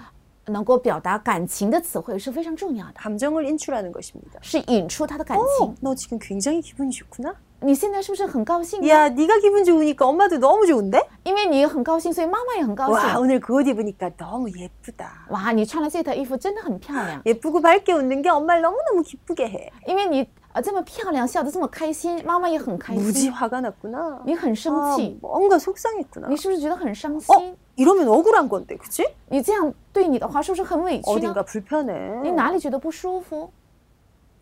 Speaker 2: 能够表达感情的词汇是非常重要的，
Speaker 1: 감정을 인출하는 것입니다.
Speaker 2: 是引出他的感
Speaker 1: 어,
Speaker 2: 情。
Speaker 1: 너 지금 굉장히 기분이 좋구나.
Speaker 2: 你现在是不是很高兴呢？
Speaker 1: 야, 네가 기분 좋으니까 엄마도 너무 좋은데?
Speaker 2: 因为你很高兴，所以妈妈也很高兴。
Speaker 1: 와, 오늘 그 옷 입으니까 너무 예쁘다.
Speaker 2: 哇，你穿了这套衣服真的很漂亮，
Speaker 1: 예쁘고 밝게 웃는 게 엄마를 너무너무 기쁘게 해.
Speaker 2: 因为你啊这么漂亮，笑得这么开心，妈妈也很开
Speaker 1: 무지
Speaker 2: 心。
Speaker 1: 화가 났구나.
Speaker 2: 你很生
Speaker 1: 아,
Speaker 2: 气，
Speaker 1: 뭔가 속상했구나.
Speaker 2: 你是不是觉得很伤心？
Speaker 1: 어? 이러면 억울한 건데, 그치?
Speaker 2: 你这样对你的话，是不是很委屈呢
Speaker 1: 어딘가 ？
Speaker 2: 你
Speaker 1: 불편해.
Speaker 2: 哪里觉得不舒服？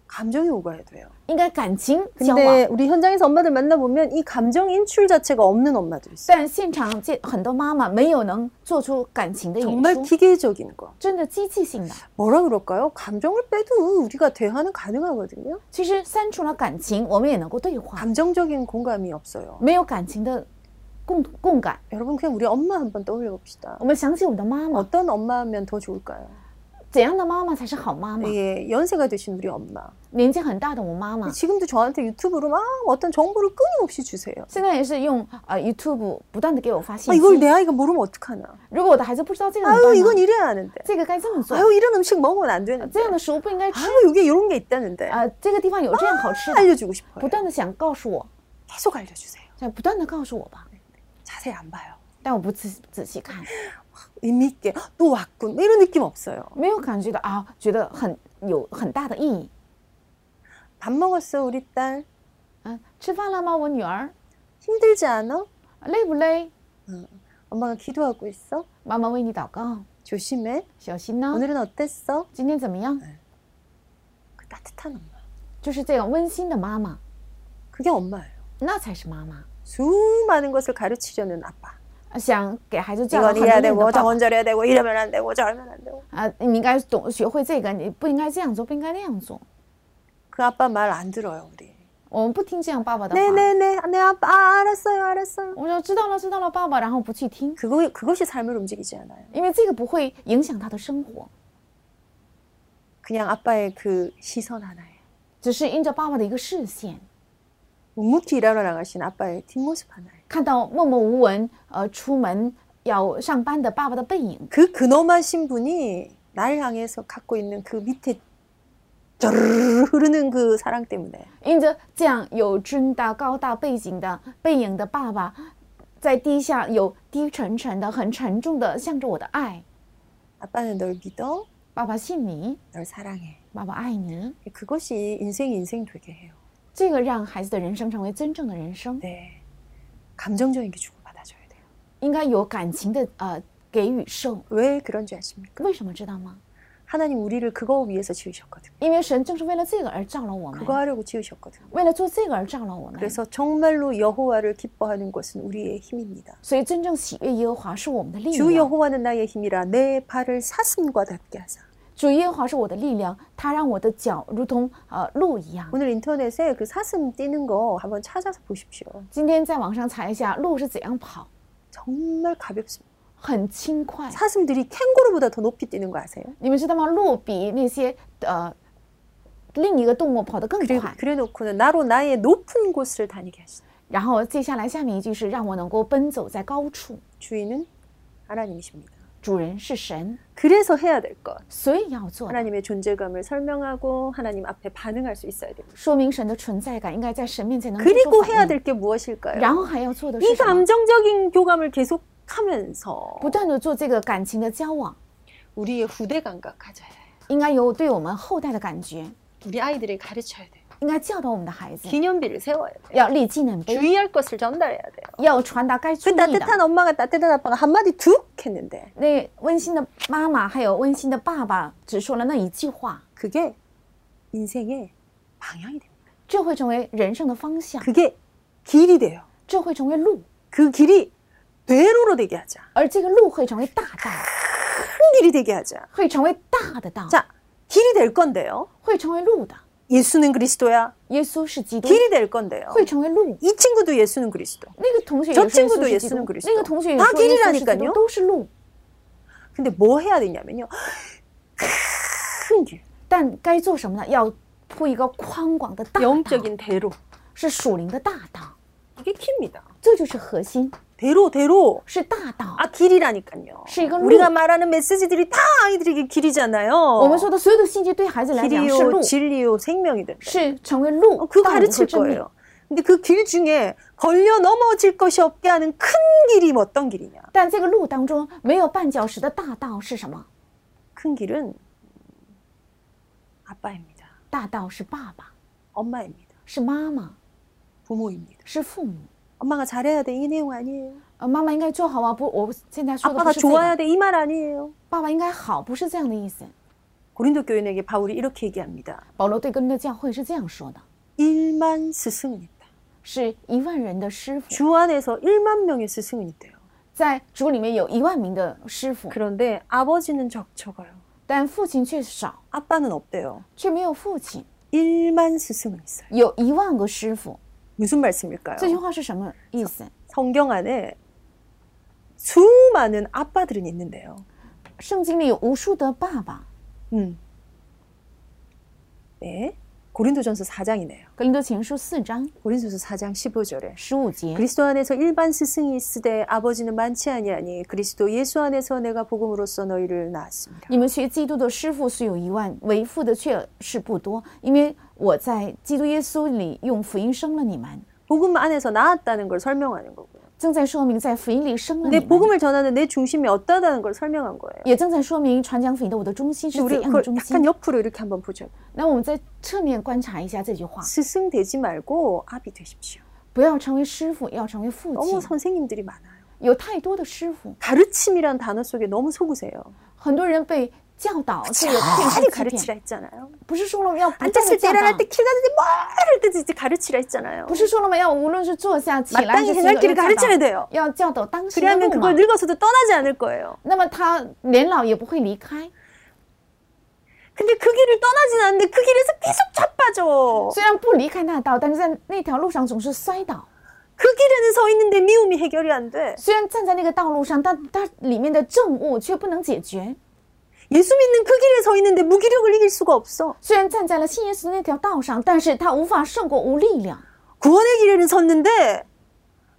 Speaker 1: 감정이 오가야 돼요.
Speaker 2: 应该感情交往。
Speaker 1: 근데 우리 현장에서 엄마들 만나보면 이 감정 인출 자체가 없는 엄마도 있어요.
Speaker 2: 但现场这很多妈妈没有能做出感情的演
Speaker 1: 정말
Speaker 2: 出，
Speaker 1: 기계적인 거.
Speaker 2: 真的机器性的。
Speaker 1: 뭐라 그럴까요? 감정을 빼도 우리가 대화는 가능하거든요.
Speaker 2: 其实删除了感情，我们也能够对
Speaker 1: 아.
Speaker 2: 话。
Speaker 1: 감정적인 공감이 없어요.
Speaker 2: 没有感情的共共感，
Speaker 1: 여러분 그냥 우리 엄마 한번 떠올려 봅시다.
Speaker 2: 我们想起我们的妈妈，
Speaker 1: 어떤 엄마면 더 좋을까요?
Speaker 2: 怎样的妈妈才是好妈妈？
Speaker 1: 예, 연세가 되신 우리 엄마.
Speaker 2: 年纪很大的我妈妈
Speaker 1: 지금도 저한테 유튜브로 막 어떤 정보를 끊임없이 주세요.
Speaker 2: 现在也是用呃 YouTube 不断的给我发
Speaker 1: 아,
Speaker 2: 信
Speaker 1: 이걸
Speaker 2: 息
Speaker 1: 내 。 아이가 모르면 어떡하나.
Speaker 2: 如果我的孩子不知道这个怎
Speaker 1: 아유,
Speaker 2: 么办
Speaker 1: 이건
Speaker 2: 呢？
Speaker 1: 이래야 하는데.
Speaker 2: 这个该这么做，
Speaker 1: 아유, 이런 음식 먹으면 안
Speaker 2: 这
Speaker 1: 되는데.
Speaker 2: 样的食物不应该吃。
Speaker 1: 아유, 이게 이런 게 있다는데.
Speaker 2: 呃，这个地方有这样好吃的，
Speaker 1: 알려주고
Speaker 2: 不
Speaker 1: 싶어요.
Speaker 2: 断的想告诉我，
Speaker 1: 계속 알려주세요.
Speaker 2: 想不断的告诉我吧，
Speaker 1: 자세히 안 봐요.
Speaker 2: 但我不仔仔细看，
Speaker 1: 의미 있게 "헉, 또 왔군 뭐 이런 느낌 없어요.
Speaker 2: 没有感觉到啊，觉得很有很大的意义。
Speaker 1: 밥 먹었어 우리 딸.
Speaker 2: 嗯、吃饭了吗？我女儿啊
Speaker 1: 힘들지 않아?
Speaker 2: 累不累？
Speaker 1: 엄마가 기도하고 있어.
Speaker 2: 妈妈为你祷告，
Speaker 1: 조심해.
Speaker 2: 小心呢。
Speaker 1: 오늘은 어땠어?
Speaker 2: 今天怎么样？
Speaker 1: 그 따뜻한 엄마.
Speaker 2: 就是这样温馨的妈妈，
Speaker 1: 그게 엄마예요.
Speaker 2: 那才是妈妈。
Speaker 1: 수많은 것을 가르치려는 아빠.
Speaker 2: 想给孩子教导
Speaker 1: 이건
Speaker 2: 很多
Speaker 1: 이래야
Speaker 2: 内容
Speaker 1: 되고
Speaker 2: 的爸爸
Speaker 1: 저건 저래야 되고 이러면 안 되고 저러면 안 되고.
Speaker 2: 啊，你应该懂学会这个，你不应该这样做，不应该那样做。
Speaker 1: 그 아빠 말 안 들어요 우리.
Speaker 2: 我们不听这样爸爸的话，
Speaker 1: 네네네 내 아빠 아, 알았어요 알았어요.
Speaker 2: 我们说知道了，知道了，爸爸，然后不去听，
Speaker 1: 그거 그것이 삶을 움직이지 않아요.
Speaker 2: 因为这个不会影响他的生活，
Speaker 1: 그냥 아빠의 그 시선 하나예요.
Speaker 2: 只是因着爸爸的一个视线，
Speaker 1: 묵묵히 일하러 나가신 아빠의 뒷모습 하나예요.
Speaker 2: 看到默默无闻呃出门要上班的爸爸的背影，
Speaker 1: 그 근엄하신 분이 나를 향해서 갖고 있는 그 밑에 쩌르르 흐르는 그 사랑 때문에
Speaker 2: 因着这样有尊大高大背景的背影的爸爸，在低下有低沉沉的、很沉重的向着我的爱，
Speaker 1: 아빠는 널 믿어,
Speaker 2: 爸爸信你，
Speaker 1: 널 사랑해.
Speaker 2: 爸爸爱你，
Speaker 1: 그것이 인생 인생 되게 해요.
Speaker 2: 这个让孩子的人生成为真正的人生。
Speaker 1: 네, 감정적인 게 주고 받아줘야 돼요.
Speaker 2: 应该有感情的呃给予受。
Speaker 1: 왜 그런지 아십니까?
Speaker 2: 为什么知道吗？
Speaker 1: 하나님 우리를 그거 위해서 지으셨거든요.
Speaker 2: 因为神正是为了这个而造了我
Speaker 1: 그거
Speaker 2: 们，
Speaker 1: 하려고 지으셨거든요.
Speaker 2: 为了做这个而造了我们。
Speaker 1: 그래서 정말로 여호와를 기뻐하는 것은 우리의 힘입니다.
Speaker 2: 所以真正喜悦耶和华是我们的力
Speaker 1: 주
Speaker 2: 量，
Speaker 1: 여호와는 나의 힘이라 내 발을 사슴과 닿게 하사.
Speaker 2: 主耶和华是我的力量，他让我的脚如同呃鹿一样。
Speaker 1: 오늘 인터넷에 그 사슴 뛰는 거 한번 찾아서 보십시오.
Speaker 2: 今天在网上查一下鹿是怎样跑，
Speaker 1: 정말 가볍습니다.
Speaker 2: 很轻快。
Speaker 1: 사슴들이 캥거루보다 더 높이 뛰는 거 아세요?
Speaker 2: 你们知道吗？鹿比那些呃另一个动物跑得更
Speaker 1: 그래,
Speaker 2: 快。
Speaker 1: 그래놓고는 나로 나의 높은 곳을 다니게 하시다.
Speaker 2: 然后接下来下面一句是让我能够奔走在高处。
Speaker 1: 주인은 하나님이십니다.
Speaker 2: 主人是神，
Speaker 1: 그래서 해야 될 것.
Speaker 2: 所以要做的
Speaker 1: 하나님의 존재감을 설명하고 하나님 앞에 반응할 수 있어야 됩니다.
Speaker 2: 说明神的存在感应该在神面前能够做
Speaker 1: 그리고
Speaker 2: 反
Speaker 1: 해야
Speaker 2: 应，
Speaker 1: 될 게 무엇일까요?
Speaker 2: 然后还要做的是
Speaker 1: 이
Speaker 2: 什么？
Speaker 1: 감정적인 교감을 계속하면서
Speaker 2: 不断的做这个感情的交往，
Speaker 1: 우리의 후대 감각 가져야 해요.
Speaker 2: 应该有对我们后代的感觉，
Speaker 1: 우리 아이들을 가르쳐야 돼요.
Speaker 2: 应该教导我们的孩子，
Speaker 1: 기념비를 세워야 돼요.
Speaker 2: 要立纪念碑，
Speaker 1: 주의할 것을 전달해야 돼요.
Speaker 2: 要传达该注
Speaker 1: 네. 그
Speaker 2: 意的。
Speaker 1: 따뜻한 엄마가 따뜻한 아빠가 한마디 툭 했는데
Speaker 2: 那温馨的妈妈还有温馨的爸爸只说了那一句话，
Speaker 1: 그게 인생의 방향이 됩니다.
Speaker 2: 这会成为人生的方向，
Speaker 1: 그게 길이 돼요.
Speaker 2: 这会成为路，
Speaker 1: 그 길이 대로로 되게 하자.
Speaker 2: 而这个路会成为大道，
Speaker 1: 큰 길이 되게 하자.
Speaker 2: 会成为大的道，
Speaker 1: 자, 길이 될 건데요.
Speaker 2: 会成为路的。
Speaker 1: 예수는 그리스도야.
Speaker 2: 耶稣是基督，
Speaker 1: 길이 될 건데요.
Speaker 2: 会成为路。
Speaker 1: 이 친구도 예수는 그리스도.
Speaker 2: 那个同学也
Speaker 1: 저
Speaker 2: 说耶
Speaker 1: 친구도
Speaker 2: 稣是
Speaker 1: 예수
Speaker 2: 基
Speaker 1: 는
Speaker 2: 督
Speaker 1: 그리스도，
Speaker 2: 那个同学也
Speaker 1: 다
Speaker 2: 说耶稣是
Speaker 1: 길이라니까요
Speaker 2: 基督，都是路。
Speaker 1: 근데 뭐 해야 되냐면요. 큰 길.
Speaker 2: 但该做什么呢？要铺一个宽广的大道，
Speaker 1: 영적인 대로.
Speaker 2: 是属灵的大道，
Speaker 1: 이게 킵니다.
Speaker 2: 这就是核心，
Speaker 1: 대로 대로.
Speaker 2: 是大道。
Speaker 1: 아 길이라니까요.
Speaker 2: 시간
Speaker 1: 우리가 말하는 메시지들이 다 아이들에게 길이잖아요.
Speaker 2: 我们说的哦所有的信息对孩子来讲是哦
Speaker 1: 길이요,
Speaker 2: 路，
Speaker 1: 진리요, 생명이 된다.
Speaker 2: 是成为路
Speaker 1: 그 ，
Speaker 2: 道路和
Speaker 1: 가르칠
Speaker 2: 真理。
Speaker 1: 거예요. 근데 그 길 중에 걸려 넘어질 것이 없게 하는 큰 길이 뭐 어떤 길이냐?
Speaker 2: 但这个路当中没有绊脚石的大道是什么？
Speaker 1: 큰 길은 아빠입니다.
Speaker 2: 大道是爸爸，
Speaker 1: 엄마입니다.
Speaker 2: 是妈妈，
Speaker 1: 부모입니다.
Speaker 2: 是父母。
Speaker 1: 엄마가 잘해야 돼 이 내용 아니에요.
Speaker 2: 呃，妈妈应该做好啊，不，我现在说的不
Speaker 1: 아빠가
Speaker 2: 是这个
Speaker 1: 좋아야 돼 이 말 아니에요.
Speaker 2: 爸爸应该好，不是这样的意思。
Speaker 1: 고린도 교인에게 바울이 이렇게 얘기합니다.
Speaker 2: 保罗对哥林多教会是这样说的：
Speaker 1: 일만 스승은 있다.
Speaker 2: 是一万人的师傅，
Speaker 1: 주 안에서 일만 명의 스승은 있대요.
Speaker 2: 在主里面有一万名的师傅，
Speaker 1: 그런데 아버지는 적적어요.
Speaker 2: 但父亲却少，
Speaker 1: 아빠는 없대요.
Speaker 2: 却没有父亲。
Speaker 1: 일만 스승은 있어요.
Speaker 2: 有一万个师傅，
Speaker 1: 무슨 말씀일까요?
Speaker 2: 这句话是什么意思？
Speaker 1: 성경 안에 수많은 아빠들은 있는데요.
Speaker 2: 圣经里有无数的爸爸，
Speaker 1: 음. 네. 고린도전서 4장이네요.
Speaker 2: 《格林多前书》四章
Speaker 1: 고린도전서 4장 15절에
Speaker 2: 十五节。
Speaker 1: 그리스도 안에서 일반 스승이 있으되 아버지는 많지 아니하니 그리스도 예수 안에서 내가 복음으로써 너희를 낳았습니다.
Speaker 2: 你们学基督的师傅是有一万，为父的却是不多，因为我在基督耶稣里用福音生了你们，
Speaker 1: 복음 안에서 낳았다는 걸 설명하는 거고요.
Speaker 2: 正在说明在福音里生了你
Speaker 1: 내
Speaker 2: 们，
Speaker 1: 복음을 전하는 내 중심이 어떠다는 걸 설명한 거예요.
Speaker 2: 也正在说明传讲福音的我的中心
Speaker 1: 근데
Speaker 2: 是
Speaker 1: 우리
Speaker 2: 怎样的
Speaker 1: 그걸
Speaker 2: 中
Speaker 1: 약간
Speaker 2: 心。
Speaker 1: 옆으로 이렇게 한번 보죠.
Speaker 2: 那我们再侧面观察一下这句话，
Speaker 1: 스승 되지 말고 아비 되십시오.
Speaker 2: 不要成为师傅，要成为父
Speaker 1: 너무
Speaker 2: 亲。
Speaker 1: 선생님들이 많아요.
Speaker 2: 有太多的师傅，
Speaker 1: 가르침이란 단어 속에 너무 속으세요.
Speaker 2: 很多人被教导这个骗
Speaker 1: 잘
Speaker 2: 术欺
Speaker 1: 가르치라
Speaker 2: 骗，
Speaker 1: 했잖아요.
Speaker 2: 不是说了吗？要不断的
Speaker 1: 앉았을 때
Speaker 2: 教导
Speaker 1: 일어날 ，때 키가는데 뭐할 때도 이제 가르치라 했잖아요.
Speaker 2: 不是说了吗？要无论是坐下、起来还
Speaker 1: 마땅히
Speaker 2: 是
Speaker 1: 행할
Speaker 2: 行走
Speaker 1: 길을
Speaker 2: 要教
Speaker 1: 가르쳐야
Speaker 2: 导，
Speaker 1: 돼요.
Speaker 2: 要教导当时的
Speaker 1: 그래야면
Speaker 2: 路嘛
Speaker 1: 그걸 。 늙어서도 떠나지 않을 거예요.
Speaker 2: 那么他年老也不会离开。
Speaker 1: 근데 그 길을 떠나진 않는데 그 길에서 계속 자빠져.
Speaker 2: 虽然不离开那道，但是在那条路上总是摔倒。
Speaker 1: 그 길에는 서 있는데 미움이 해결이 안 돼.
Speaker 2: 虽然站在那个道路上，但它里面的政务却不能解决。
Speaker 1: 예수 믿는 그 길에 서 있는데 무기력을 이길 수가 없어.
Speaker 2: 虽然站在了信耶稣的那条道上，但是他无法胜过无力量。
Speaker 1: 구원의 길에는 섰는데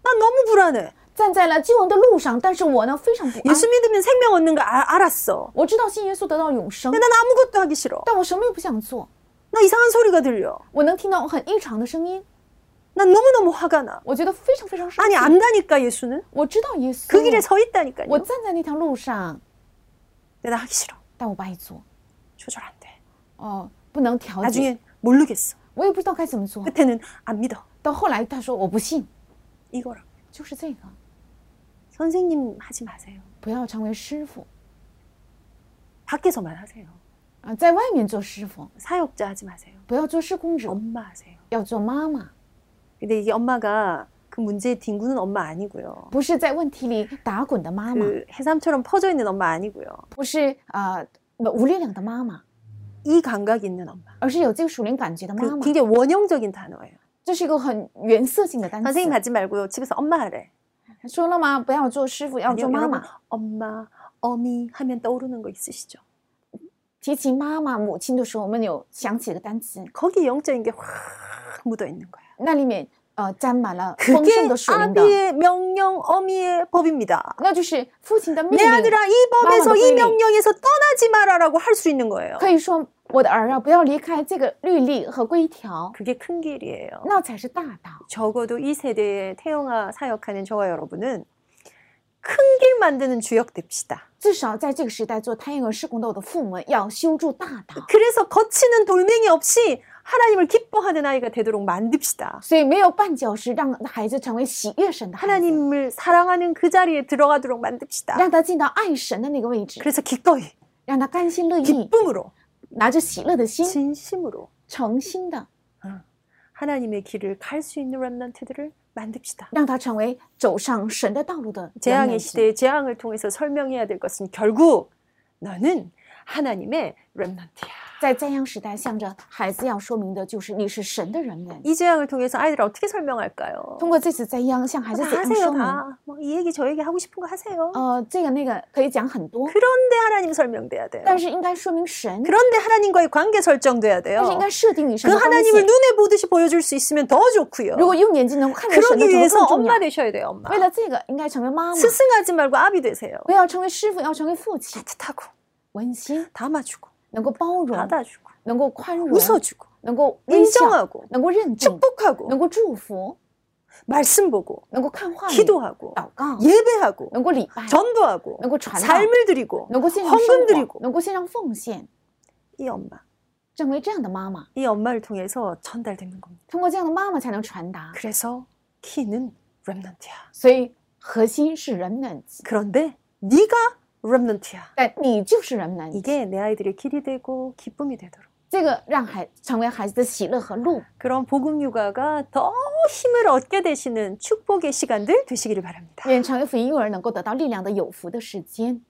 Speaker 1: 난 너무 불안해.
Speaker 2: 站在了救恩的路上，但是我呢非常不安。
Speaker 1: 예수 믿으면 생명 얻는 거 아- 알았어.
Speaker 2: 我知道信耶稣得到永生
Speaker 1: 근데 ，난 아무것도 하기 싫어.
Speaker 2: 但我什么也不想做。
Speaker 1: 나 이상한 소리가 들려.
Speaker 2: 我能听到很异常的声音，
Speaker 1: 난 너무너무 화가 나.
Speaker 2: 我觉得非常非常生
Speaker 1: 아니
Speaker 2: 气。
Speaker 1: 안 가니까 예수는
Speaker 2: 我知道耶
Speaker 1: 그 길에
Speaker 2: 稣，
Speaker 1: 서 있다니까요.
Speaker 2: 我站在那条路上，
Speaker 1: 근데 나 하기 싫어.
Speaker 2: 但我不爱做，
Speaker 1: 조절 안 돼.
Speaker 2: 哦，不能调节，
Speaker 1: 나중에 모르겠어.
Speaker 2: 我也不知道该怎么做。
Speaker 1: 끝에는 안 믿어.
Speaker 2: 到后来他说我不信，
Speaker 1: 이거라.
Speaker 2: 就是这个，
Speaker 1: 선생님 하지 마세요.
Speaker 2: 不要成为师傅
Speaker 1: 밖에서만 하세요.
Speaker 2: 啊，在外面做师傅，
Speaker 1: 사역자 하지 마세요.
Speaker 2: 不要做施工者，
Speaker 1: 엄마 하세요.
Speaker 2: 要做妈妈，
Speaker 1: 근데 이게 엄마가 그 문제에 뒹구는 엄마 아니고요.
Speaker 2: 不是在问题里打滚的妈妈，
Speaker 1: 그 해삼처럼 퍼져 있는 엄마 아니고요.
Speaker 2: 不是啊、呃无力量的妈妈，
Speaker 1: 이 감각이 있는 엄마.
Speaker 2: 而是有这个属灵感觉的妈
Speaker 1: 그
Speaker 2: 妈。
Speaker 1: 굉장히 원형적인 단어예요.
Speaker 2: 这是一个很原色性的单词。
Speaker 1: 선생님 하지 말고요. 집에서 엄마 하래.
Speaker 2: 说了吗？不要做师傅，要
Speaker 1: 아니요,
Speaker 2: 做妈
Speaker 1: 여러분
Speaker 2: 妈。
Speaker 1: 엄마, 어미 하면 떠오르는 거 있으시죠?
Speaker 2: 提起妈妈、母亲的时候，我们有想起一个单词，
Speaker 1: 거기 영적인 게 확 묻어 있는 거예요.
Speaker 2: 那里面呃沾满了丰
Speaker 1: 그게
Speaker 2: 盛的属灵的，
Speaker 1: 아비의 명령, 어미의 법입니다.
Speaker 2: 那就是父亲的命
Speaker 1: 내
Speaker 2: 令。
Speaker 1: 아들아 이 법에서 이
Speaker 2: 음. 마음의
Speaker 1: 명령에서 떠나지 말아라라고 할 수 있는 거예요.
Speaker 2: 可以说，我的儿啊，不要离开这个律例和规条，
Speaker 1: 그게 큰 길이에요.
Speaker 2: 那才是大道。
Speaker 1: 적어도 이 세대에 태영아 사역하는 저와 여러분은 큰 길 만드는 주역 됩시다.
Speaker 2: 至少在这个时代做胎儿施工的我的父母要修筑大道，
Speaker 1: 그래서 거치는 돌멩이 없이 하나님을 기뻐하는 아이가 되도록 만듭시다.
Speaker 2: 所以没有绊脚石，让孩子成为喜悦神的孩子，
Speaker 1: 하나님을 사랑하는 그 자리에 들어가도록 만듭시다.
Speaker 2: 让他进到爱神的那个位置，
Speaker 1: 그래서 기꺼이
Speaker 2: 让他甘心乐意，
Speaker 1: 기쁨으로
Speaker 2: 拿着喜乐的心，
Speaker 1: 진심으로
Speaker 2: 诚心的
Speaker 1: 하나님의 길을 갈 수 있는 렘넌트들을 만듭시다.
Speaker 2: 让他成为走上神的道路的人们
Speaker 1: 재앙의 시대의 재앙을 통해서 설명해야 될 것은 결국 너는 하나님의 렘넌트야.
Speaker 2: 在灾殃时代，向着孩子要说明的就是你是神的人们。
Speaker 1: 이 재앙을 통해서 아이들 어떻게 설명할까요?
Speaker 2: 通过这次灾殃，向孩子
Speaker 1: 다
Speaker 2: 怎
Speaker 1: 하세요
Speaker 2: 样说明？
Speaker 1: 다뭐이 어. 얘기 저 얘기 하고 싶은 거 하세요
Speaker 2: 呃，这个那个可以讲很多，
Speaker 1: 그런데 하나님 설명돼야 돼요
Speaker 2: 但是应该说明神，
Speaker 1: 그런데 하나님과의 관계 설정돼야
Speaker 2: 但是
Speaker 1: 돼요
Speaker 2: 应该设定与
Speaker 1: 그
Speaker 2: 神的关
Speaker 1: 하나님을
Speaker 2: 系。
Speaker 1: 눈에 보듯이 보여줄 수 있으면 더 좋고요
Speaker 2: 如果用眼睛能看见神
Speaker 1: 그러기
Speaker 2: 的时
Speaker 1: 위해서
Speaker 2: 候更重
Speaker 1: 엄마
Speaker 2: 要。
Speaker 1: 되셔야 돼요 엄마
Speaker 2: 为了这个，应该成为妈妈，
Speaker 1: 스승하지 말고 아비 되세요
Speaker 2: 不要成为师傅，要成为父亲，
Speaker 1: 따뜻하고
Speaker 2: 温馨，
Speaker 1: 담아주고
Speaker 2: 能够包容，
Speaker 1: 받아주고
Speaker 2: 能够宽容，
Speaker 1: 웃어주고
Speaker 2: 能够微笑，
Speaker 1: 인정하고
Speaker 2: 能够认定，
Speaker 1: 축복하고
Speaker 2: 能够祝福，
Speaker 1: 말씀 보고
Speaker 2: 能够看话语，
Speaker 1: 기도하고
Speaker 2: 祷告，
Speaker 1: 예배하고
Speaker 2: 能够礼拜，
Speaker 1: 전도하고
Speaker 2: 能够传道，
Speaker 1: 삶을 드리고
Speaker 2: 能够献上
Speaker 1: 헌금
Speaker 2: 生活
Speaker 1: 드리고
Speaker 2: 能够献上奉献，
Speaker 1: 이 엄마
Speaker 2: 成为这样的妈妈，
Speaker 1: 이 엄마를 통해서 전달되는 겁니다.
Speaker 2: 通过这样的妈妈才能传达。
Speaker 1: 그래서 키는 렘넌트야.
Speaker 2: 所以核心是 remnants，
Speaker 1: 그런데 네가 렘넌트야.
Speaker 2: 但你就是 remnants，
Speaker 1: 이게 내 아이들의 길이 되고 기쁨이 되도록
Speaker 2: 这个让孩成为孩子的喜乐和路。
Speaker 1: 그런 복음 육아가 더 힘을 얻게 되시는 축복의 시간들 되시기를 바랍니다.
Speaker 2: 愿成为福音幼儿能够得到力量的有福的时间。